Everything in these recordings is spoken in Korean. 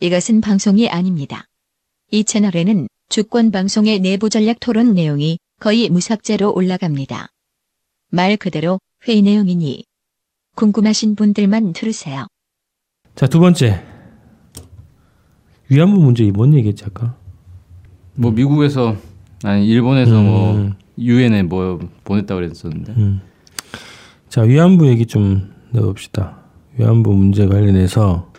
이것은 방송이 아닙니다. 이 채널에는 주권 방송의 내부 전략 토론 내용이 거의 무삭제로 올라갑니다. 말 그대로 회의 내용이니 궁금하신 분들만 들으세요. 자, 두 번째. 위안부 문제 뭔 얘기했지 아까? 뭐 미국에서 아니 일본에서 뭐 음. 유엔에 뭐 보냈다 그랬었는데 음. 자, 위안부 얘기 좀 넣어봅시다. 위안부 문제 관련해서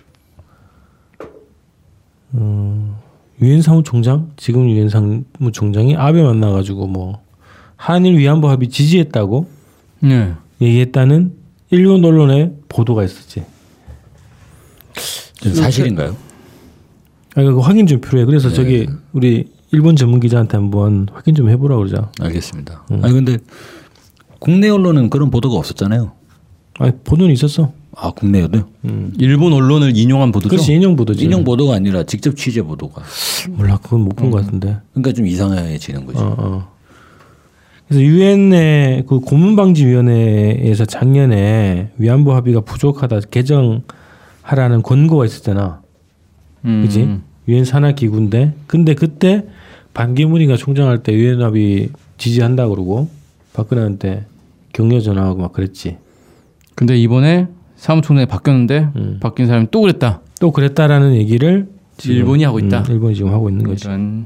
음, 유엔 사무총장 지금 유엔 사무총장이 아베 만나가지고 뭐 한일 위안부 합의 지지했다고 네. 얘기했다는 일본 언론의 보도가 있었지. 네, 음, 사실인가요? 네. 아, 이거 확인 좀 필요해. 그래서 네. 저기 우리 일본 전문 기자한테 한번 확인 좀 해보라 그러자. 알겠습니다. 음. 아니 근데 국내 언론은 그런 보도가 없었잖아요. 아, 보도는 있었어. 아 국내에도 음. 일본 언론을 인용한 보도죠. 그렇지 인용 보도지. 인용 보도가 아니라 직접 취재 보도가. 몰라 그건 못 본 것 같은데. 그러니까 좀 이상해지는 거죠. 어, 어. 그래서 유엔의 그 고문방지위원회에서 작년에 위안부 합의가 부족하다 개정하라는 권고가 있었잖아. 음. 그지? 유엔 산하 기구인데 근데 그때 반기문이가 총장할 때 유엔 합의 지지한다 그러고 박근혜한테 격려 전화하고 막 그랬지. 근데 이번에 사무총장이 바뀌었는데 바뀐 사람이 또 그랬다. 또 그랬다라는 얘기를 음. 지금, 일본이 하고 있다. 음, 일본이 지금 하고 있는 거지. 이런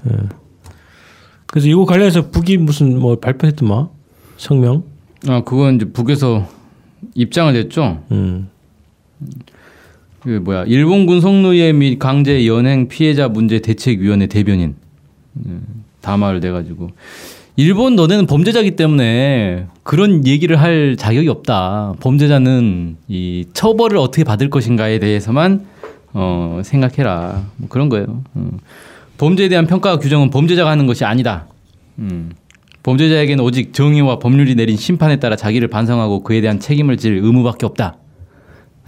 그래서 이거 관련해서 북이 무슨 뭐 발표했더만 성명. 아 그건 이제 북에서 입장을 냈죠. 음. 그 뭐야 일본군 성노예 및 강제 연행 피해자 문제 대책위원회 대변인 음, 다마를 대가지고 일본 너네는 범죄자기 때문에 그런 얘기를 할 자격이 없다. 범죄자는 이 처벌을 어떻게 받을 것인가에 대해서만 어, 생각해라. 뭐 그런 거예요. 음. 범죄에 대한 평가 규정은 범죄자가 하는 것이 아니다. 음. 범죄자에게는 오직 정의와 법률이 내린 심판에 따라 자기를 반성하고 그에 대한 책임을 질 의무밖에 없다.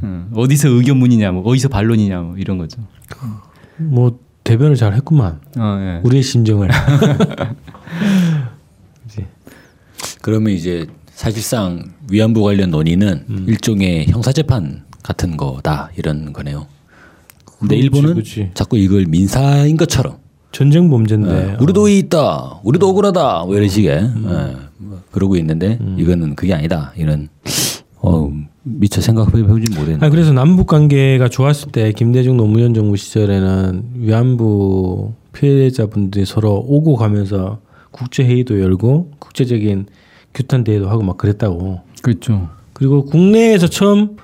음, 어디서 의견문이냐, 뭐 어디서 반론이냐, 뭐 이런 거죠. 뭐 대변을 잘 했구만. 어, 우리의 심정을. 그러면 이제 사실상 위안부 관련 논의는 음. 일종의 형사 재판 같은 거다 이런 거네요. 근데 그렇지, 일본은 그렇지. 자꾸 이걸 민사인 것처럼 전쟁 범죄인데. 예, 우리도 이 있다, 우리도 억울하다, 뭐 이런 음, 식의 예, 뭐 그러고 있는데 이거는 그게 아니다 이런 어, 미처 생각해보지 못했네. 아니, 그래서 남북 관계가 좋았을 때 김대중 노무현 정부 시절에는 위안부 피해자분들이 서로 오고 가면서 국제 회의도 열고 국제적인 규탄 대회도 하고 막 그랬다고. 그렇죠. 그리고 국내에서 처음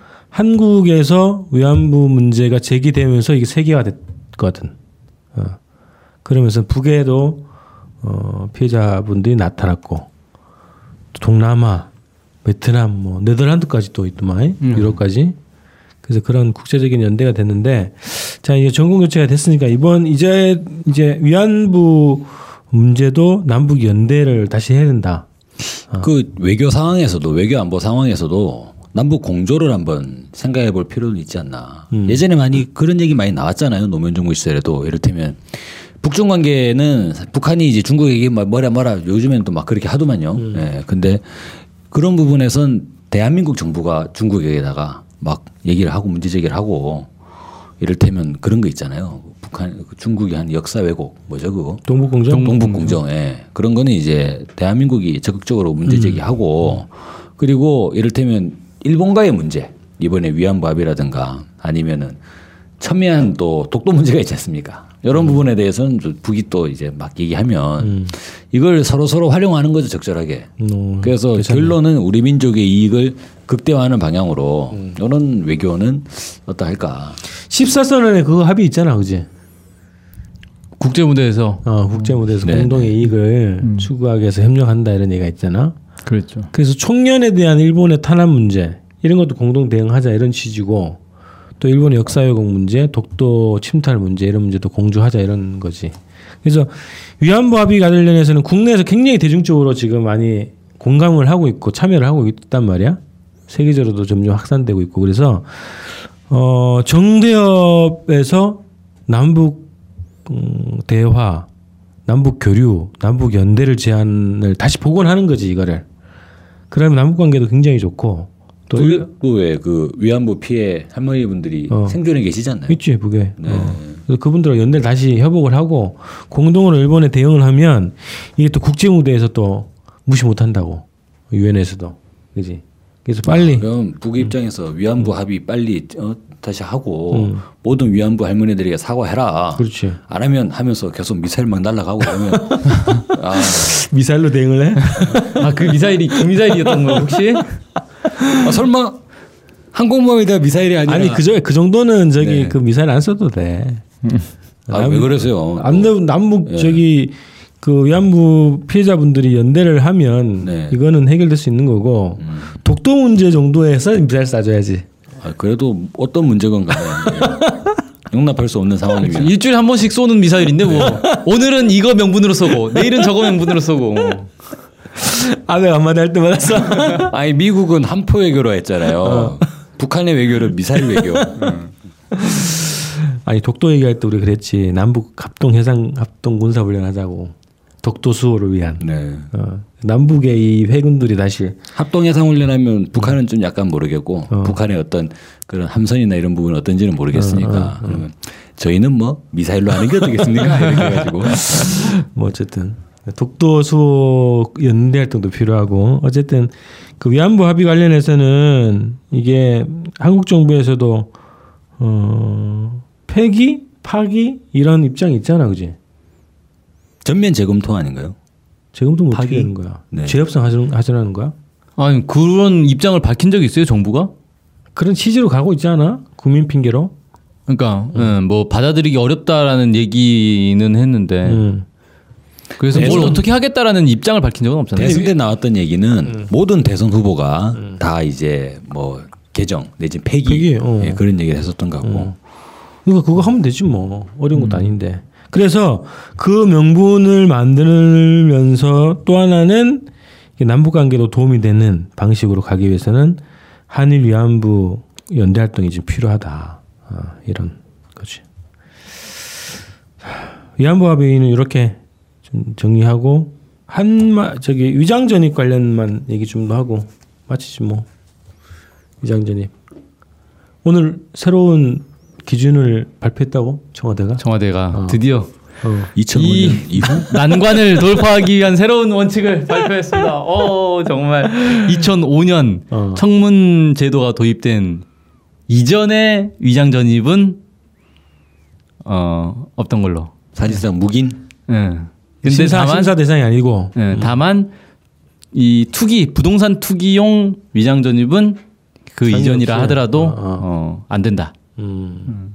한국에서 위안부 문제가 제기되면서 이게 세계화 됐거든. 어. 그러면서 북에도 어, 피해자분들이 나타났고 또 동남아, 베트남, 뭐 네덜란드까지 또 있더만 유럽까지. 그래서 그런 국제적인 연대가 됐는데 자 이제 전공 교체가 됐으니까 이번 이제 이제 위안부 문제도 남북 연대를 다시 해야 된다. 아. 그 외교 상황에서도 외교 안보 상황에서도 남북 공조를 한번 생각해 볼 필요는 있지 않나. 음. 예전에 많이 그런 얘기 많이 나왔잖아요. 노무현 정부 시절에도 이를테면 북중 관계는 북한이 이제 중국에게 막 뭐라 뭐라 요즘에는 또 막 그렇게 하더만요. 음. 예. 근데 그런 부분에선 대한민국 정부가 중국에다가 막 얘기를 하고 문제 제기를 하고 이를테면 그런 거 있잖아요. 북한 중국이 한 역사 왜곡 뭐죠 그거? 동북공정. 음. 동북공정. 예. 그런 거는 이제 대한민국이 적극적으로 문제 음. 제기하고 그리고 이를테면 일본과의 문제 이번에 위안부 합의라든가 아니면은 첨예한 또 독도 문제가 있지 않습니까? 이런 음. 부분에 대해서는 좀 북이 또 이제 막 얘기하면 이걸 서로 서로 활용하는 거죠 적절하게. 음, 그래서 결론은 우리 민족의 이익을 극대화하는 방향으로 음. 이런 외교는 어떠할까? 14선언에 그거 합의 있잖아, 그지? 국제 무대에서 어, 국제무대에서 네. 공동의 이익을 추구하기 위해서 협력한다 이런 얘기가 있잖아. 그랬죠. 그래서 총련에 대한 일본의 탄압 문제 이런 것도 공동 대응하자 이런 취지고 또 일본의 역사 왜곡 문제, 독도 침탈 문제 이런 문제도 공조하자 이런 거지. 그래서 위안부 합의 관련해서는 국내에서 굉장히 대중적으로 지금 많이 공감을 하고 있고 참여를 하고 있단 말이야. 세계적으로도 점점 확산되고 있고 그래서 어 정대협에서 남북 음, 대화, 남북 교류, 남북 연대를 제안을 다시 복원하는 거지 이거를. 그러면 남북 관계도 굉장히 좋고 또 북외 그 위안부 피해 할머니분들이 어. 생존에 계시잖아요. 있지 북에. 네. 어. 그래서 그분들하고 연대를 다시 협업을 하고 공동으로 일본에 대응을 하면 이게 또 국제무대에서 또 무시 못한다고 유엔에서도 그지 그래서 빨리 그럼 북의 입장에서 위안부 합의 빨리 어, 다시 하고 모든 위안부 할머니들에게 사과해라. 그렇지 안 하면 하면서 계속 미사일 막 날라가고 그러면 아, 미사일로 대응을 해 아 그 미사일이 그 미사일이었던 거예요 혹시? 아, 설마 항공모함에다 미사일이 아니라 아니 그저 그 정도는 저기 네. 그 미사일 안 써도 돼 아, 왜 그러세요? 남북 남북 예. 저기 그 위안부 피해자분들이 연대를 하면 네. 음. 이거는 해결될 수 있는 거고 독도 문제 정도에서 미사일 쏴줘야지 아, 그래도 어떤 문제건 간에 예. 용납할 수 없는 그 상황이면 일주일에 한 번씩 쏘는 미사일인데 뭐 오늘은 이거 명분으로 쏘고 내일은 저거 명분으로 쏘고 뭐. 아베 한마디 할 때마다 써 아니 미국은 한포 외교로 했잖아요. 북한의 외교를 미사일 외교. 음. 아니 독도 얘기할 때 우리 그랬지 남북 합동 해상 합동 군사 훈련하자고 독도 수호를 위한 네. 어, 남북의 이 회군들이 다시 합동 해상 훈련하면 북한은 좀 약간 모르겠고 북한의 어떤 그런 함선이나 이런 부분은 어떤지는 모르겠으니까 그러면 저희는 뭐 미사일로 하는 게 어떻겠습니까? 이렇게 해가지고 뭐 어쨌든 독도 수호 연대 활동도 필요하고 어쨌든 그 위안부 합의 관련해서는 이게 한국 정부에서도 어 폐기 파기 이런 입장이 있잖아 그지 전면 재검토 아닌가요? 지금도 못 파기? 되는 거야 네. 재협상 하자는 하자는 거야 아니 그런 입장을 밝힌 적이 있어요 정부가? 그런 취지로 가고 있지 않아 국민 핑계로 그러니까 음, 뭐 받아들이기 어렵다라는 얘기는 네. 했는데 음. 그래서 뭘 어떻게 하겠다라는 입장을 밝힌 적은 없잖아요. 대선 때 나왔던 얘기는 모든 대선 후보가 다 이제 뭐 개정 내지 음. 폐기, 음. 폐기, 어. 예, 그런 얘기를 했었던 것 같고 그러니까 그거 하면 되지 뭐 어려운 것도 아닌데 그래서 그 명분을 만들면서 또 하나는 이 남북 관계도 도움이 되는 방식으로 가기 위해서는 한일 위안부 연대 활동이 좀 필요하다 어, 이런 거지 하, 위안부 합의는 이렇게 좀 정리하고 한마 저기 위장 전입 관련만 얘기 좀 하고 마치지 뭐 위장 전입 오늘 새로운 기준을 발표했다고 청와대가 청와대가 드디어 2005년 이- 이후 난관을 돌파하기 위한 새로운 원칙을 발표했습니다. 어 정말 2005년 어. 청문 제도가 도입된 이전의 위장 전입은 어 없던 걸로. 사실상 묵인 예. 근데 심사 다만 심사 대상이 아니고 예, 다만 이 투기 부동산 투기용 위장 전입은 그 상관없이. 이전이라 하더라도 어, 어, 어. 안 된다. 음.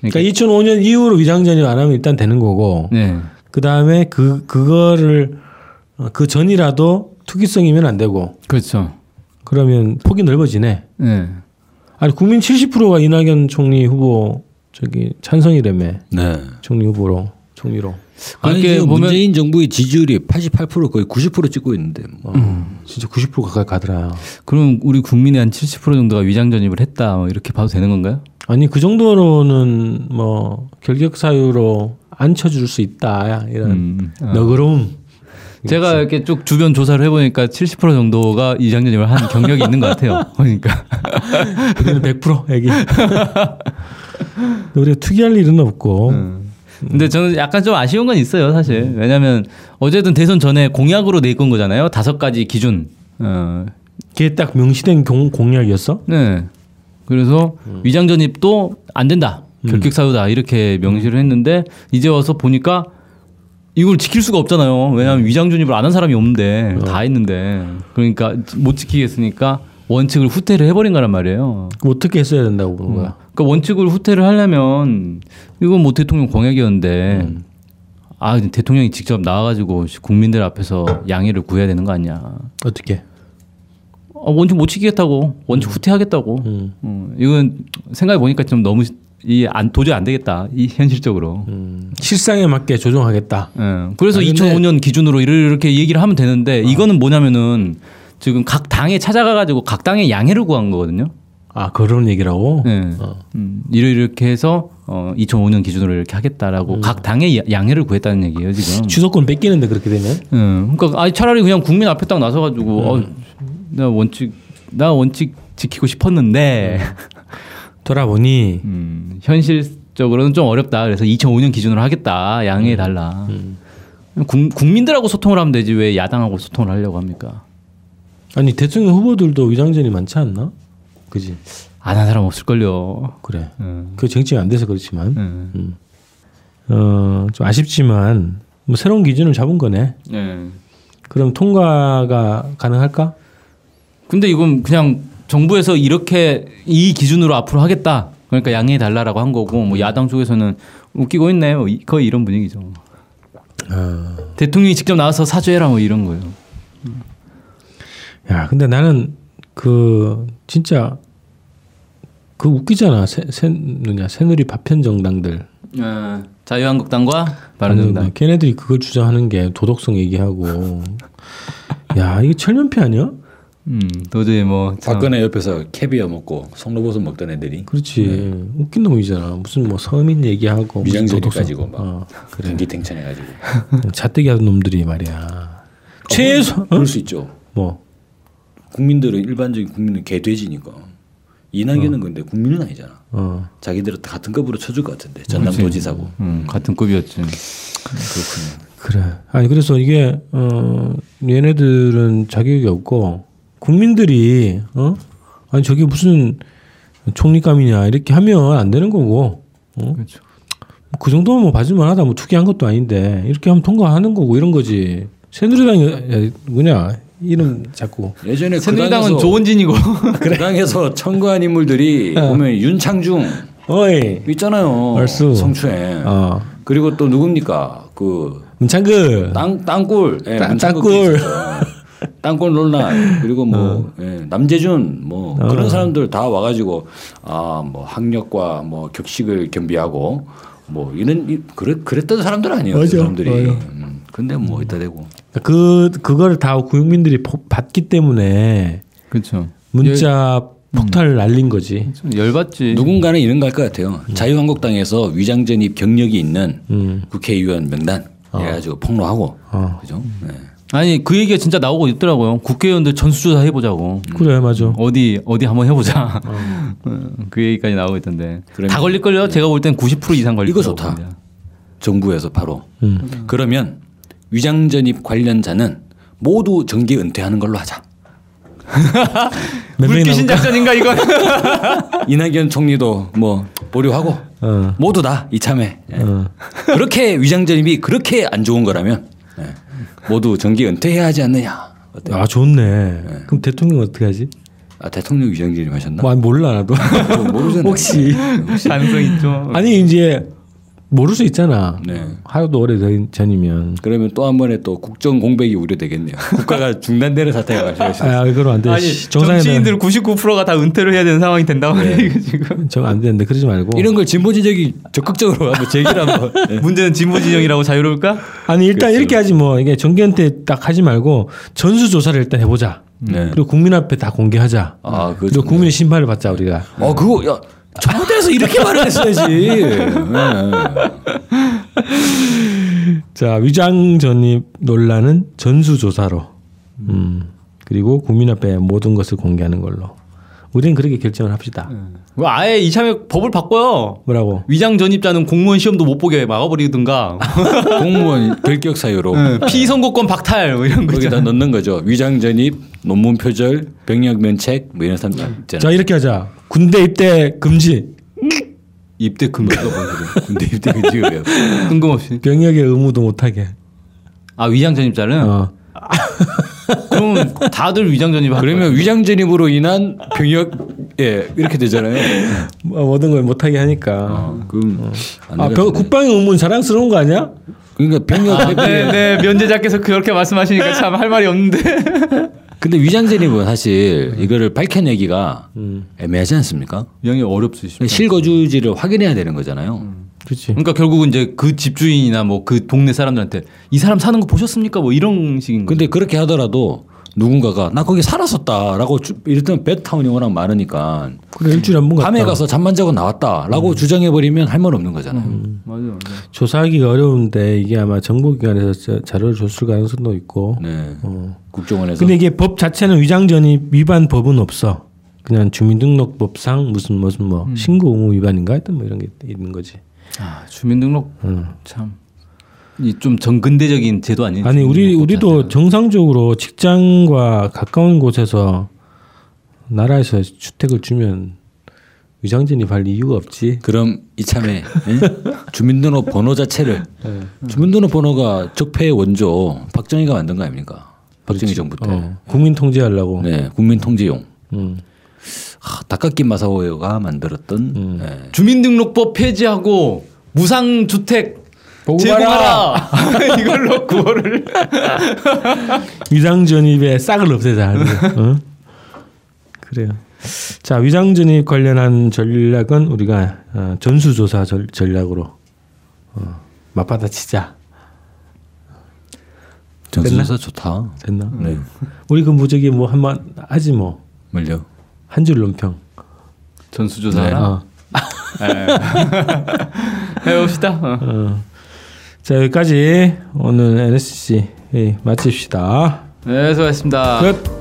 그러니까, 그러니까 2005년 이후로 위장 전입 안 하면 일단 되는 거고 네. 그 다음에 그 그거를 어, 그 전이라도 투기성이면 안 되고 그렇죠. 그러면 폭이 넓어지네. 예. 아니 국민 70%가 이낙연 총리 후보 저기 찬성이라며 네. 그러니까 총리 후보로 총리로 아니 그렇게 지금 보면- 문재인 정부의 지지율이 88% 거의 90% 찍고 있는데 뭐. 어, 진짜 90% 가까이 가더라. 그럼 우리 국민의 한 70% 정도가 위장 전입을 했다 뭐 이렇게 봐도 되는 건가요? 아니 그 정도로는 뭐 결격 사유로 안 쳐줄 수 있다 이런 음. 어. 너그러움. 제가 이렇게 쭉 주변 조사를 해보니까 70% 정도가 위장 전입을 한 경력이 있는 것 같아요. 그러니까 우리는 100% 애기. 우리가 투기할 일은 없고. 근데 저는 약간 좀 아쉬운 건 있어요, 사실. 왜냐면 어쨌든 대선 전에 공약으로 내건 거잖아요. 다섯 가지 기준. 어, 그게 딱 명시된 공, 공약이었어? 네. 그래서 위장 전입도 안 된다. 결격 사유다. 이렇게 명시를 했는데 이제 와서 보니까 이걸 지킬 수가 없잖아요. 왜냐하면 위장 전입을 안 한 사람이 없는데 다 했는데 그러니까 못 지키겠으니까 원칙을 후퇴를 해버린 거란 말이에요. 그럼 어떻게 했어야 된다고 보는 거야? 그러니까 원칙을 후퇴를 하려면 이건 뭐 대통령 공약이었는데 아 근데 대통령이 직접 나와가지고 국민들 앞에서 양해를 구해야 되는 거 아니야? 아, 어떻게? 원칙 못 지키겠다고 원칙 후퇴하겠다고 음. 어, 이건 생각해 보니까 좀 너무 이 안 도저히 안 되겠다 이 현실적으로. 음. 실상에 맞게 조정하겠다. 예, 그래서 아, 근데- 어. 2005년 기준으로 이렇게 얘기를 하면 되는데 이거는 뭐냐면은 지금 각 당에 찾아가가지고 각 당의 양해를 구한 거거든요. 아 그런 얘기라고? 예. 어. 음, 이렇게 해서 어, 2005년 기준으로 이렇게 하겠다라고 음. 각 당의 야- 양해를 구했다는 얘기예요 지금. 주소권 뺏기는데 그렇게 되면? 음, 그러니까 아니 차라리 그냥 국민 앞에 딱 음. 나서가지고 어, 나 원칙 음. 나 원칙 지키고 싶었는데 돌아보니 음, 현실 적으로는 좀 어렵다. 그래서 2005년 기준으로 하겠다. 양해해 달라. 국- 국민들하고 소통을 하면 되지 왜 야당하고 소통을 하려고 합니까? 아니 대통령 후보들도 위장전이 많지 않나? 그지? 안 한 사람 없을걸요. 그래. 음. 그 정치가 안 돼서 그렇지만 음. 어, 좀 아쉽지만 뭐 새로운 기준을 잡은 거네. 예. 그럼 통과가 가능할까? 근데 이건 그냥 정부에서 이렇게 이 기준으로 앞으로 하겠다. 그러니까 양해해 달라라고 한 거고 뭐 야당 쪽에서는 웃기고 있네. 뭐 이- 거의 이런 분위기죠. 대통령이 직접 나와서 사죄해라 뭐 이런 거예요. 야, 근데 나는 그 진짜 그 웃기잖아. 새, 새 뭐냐 새누리 파편 정당들. 아. 뭐 자유한국당과 바른정당. 걔네들이 그걸 주장하는 게 도덕성 얘기하고. 야, 이게 철면피 아니야? 음, 도저히 뭐 참. 박근혜 옆에서 캐비어 먹고 송로버섯 먹던 애들이 그렇지. 웃긴 놈이잖아. 무슨 뭐 서민 얘기하고 무슨 위장전이 도덕성. 가지고 막. 어, 경기 탱천해가지고 잣대기 하는 놈들이 말이야. 최소 어? 아, 그럴 수 있죠. 뭐 국민들은 일반적인 국민은 개돼지니까 이낙연은 어. 근데 국민은 아니잖아. 어. 자기들은 다 같은 급으로 쳐줄 것 같은데 전남도지사고 음, 같은 급이었지. 그래. 아니 그래서 이게 어 얘네들은 자격이 없고 국민들이 어 아니 저게 무슨 총리감이냐 이렇게 하면 안 되는 거고 어? 그렇죠. 그 정도면 뭐 봐줄만하다 뭐 투기한 것도 아닌데 이렇게 하면 통과하는 거고 이런 거지 새누리당이 야, 뭐냐 이름 자꾸 예전에 새누리당은 그 당에서, 좋은 어. 진이고. 그 당에서 청구한 인물들이 보면 윤창중 어이 있잖아요. 얼쑤. 성추행. 어 그리고 또 누굽니까 그 문창근 땅, 땅굴. 예, 땅- 문창극도 땅굴. 어. 있었죠. 땅굴 논란. 그리고 뭐, 예, 남재준 뭐 그런 사람들 다 와가지고 아, 뭐 학력과 뭐 격식을 겸비하고 뭐 이런, 이- 그랬, 그랬던 사람들 아니에요. 그 맞아. 사람들이. 맞아. 음, 근데 뭐 이따 대고. 그 그걸 다 국민들이 포- 봤기 때문에 그렇죠. 문자 예. 폭탄을 날린 거지 좀 열받지. 누군가는 이런 거 할 것 같아요. 음. 자유한국당에서 위장전입 경력이 있는 국회의원 명단 어. 해가지고 폭로하고. 그죠? 네. 아니 그 얘기가 진짜 나오고 있더라고요. 국회의원들 전수조사 해보자고. 그래 맞아 어디 어디 한번 해보자. 그 얘기까지 나오고 있던데. 그러면- 다 걸릴 걸요. 제가 볼 땐 90% 네. 이상 걸릴 이거 거라고 좋다. 봅니다. 정부에서 바로. 음. 그러면 위장전입 관련자는 모두 정기 은퇴하는 걸로 하자. 몇 명이 물귀신 작전인가 이건. 이낙연 총리도 뭐 보류하고 어. 모두 다 이참에 예. 그렇게 위장전입이 그렇게 안 좋은 거라면 예. 모두 정기 은퇴해야 하지 않느냐. 어때요? 아 좋네. 그럼 대통령 어떻게 하지? 아 대통령 위장전입 하셨나? 뭐 아니, 몰라 나도. 모르잖아요. 예. 혹시 가능성 있죠. 아니 이제 모를 수 있잖아. 네. 하루도 오래 전- 전이면. 그러면 또 한 번에 또 국정 공백이 우려되겠네요. 국가가 중단되는 사태가 발생할 아 그럼 네. 안 돼. 씨, 정상회담 99%가 다 은퇴를 해야 되는 상황이 된다고 하네 이거 지금. 정안 되는데 그러지 말고. 이런 걸 진보 진영이 적극적으로 한번 제기를 한번 예. 문제는 진보 진영이라고 자유로울까? 아니 일단 이렇게 하지 뭐 이게 정기한테 딱 하지 말고 전수 조사를 일단 해보자. 네. 그리고 국민 앞에 다 공개하자. 아, 그거 그리고 좋네요. 국민의 심판을 받자 우리가. 어 그거 야 청와대에서 이렇게 말을 했어야지. 예. 자 위장 전입 논란은 전수 조사로. 음. 그리고 국민 앞에 모든 것을 공개하는 걸로. 우리는 그렇게 결정을 합시다. 뭐 아예 이참에 법을 바꿔요. 뭐라고? 위장 전입자는 공무원 시험도 못 보게 막아버리든가 공무원 결격 사유로 피선거권 박탈 뭐 이런 거 있잖아. 거기다 넣는 거죠. 위장 전입, 논문 표절, 병역 면책 뭐 이런 사람들 있잖아요. 자 이렇게 하자. 군대 입대 금지. 입대 금지가 뭔데? 군대 입대 금지가 왜요? 뜬금없이. 병역의 의무도 못하게. 아 위장 전입자는 어. 그럼 다들 위장 전입 그러면 위장 전입으로 인한 병역 예 이렇게 되잖아요. 뭐, 모든 걸 못하게 하니까. 어, 그럼 안 아, 병, 되겠네. 국방의 의무는 자랑스러운 거 아니야? 그러니까 병역 회피. 네네 면제자께서 그렇게 말씀하시니까 참 할 말이 없는데. 근데 위장 전입은 사실 이거를 밝혀내기가 애매하지 음. 않습니까? 위장이 어렵지. 쉽지 않아. 실거주지를 음. 확인해야 되는 거잖아요. 그렇지. 그러니까 결국은 이제 그 집주인이나 뭐 그 동네 사람들한테 이 사람 사는 거 보셨습니까? 뭐 이런 식인 거. 음. 근데 그렇게 하더라도 누군가가 나 거기 살았었다라고 주- 이랬던 배타운이 워낙 많으니까 그래 일주일에 한 번 갔다. 밤에 가서 잠만 자고 음. 나왔다라고 주장해버리면 할 말 없는 거잖아요. 맞아. 맞아. 조사하기가 어려운데 이게 아마 정보기관에서 자- 자료를 줬을 가능성도 있고. 네. 어. 국정원에서 근데 이게 법 자체는 위장전입 위반 법은 없어. 그냥 주민등록법상 무슨 무슨 뭐 신고 의무 위반인가 하여튼 뭐 이런 게 있는 거지. 아, 주민등록 음. 참. 이 좀 전근대적인 제도 아니에요? 아니 우리 주민등록법 우리도 자체가. 정상적으로 직장과 가까운 곳에서 나라에서 주택을 주면 위장진이 발 이유가 없지. 그럼 이참에 예? 주민등록 번호 자체를 네. 주민등록 번호가 적폐의 원조 박정희가 만든 거 아닙니까? 박정희 정부 때. 어, 국민 통제하려고. 네, 국민 통제용. 음. 하, 닭깎이 마사오가 만들었던 음. 예, 주민등록법 폐지하고 무상 주택 제공하라. 이걸로 구호를 위장 전입의 싹을 없애자. 하는 거. 어? 그래요. 자 위장 전입 관련한 전략은 우리가 어, 전수조사 전, 전략으로 어, 맞받아 치자. 전수조사 좋다. 됐나? 네, 우리 그 무적이 뭐 한번 하지 뭐. 물려. 한 줄 논평. 전수조사라. 어. 해봅시다. 어. 자 여기까지 오늘 NSC 예, 마칩시다. 네, 수고하셨습니다. 끝.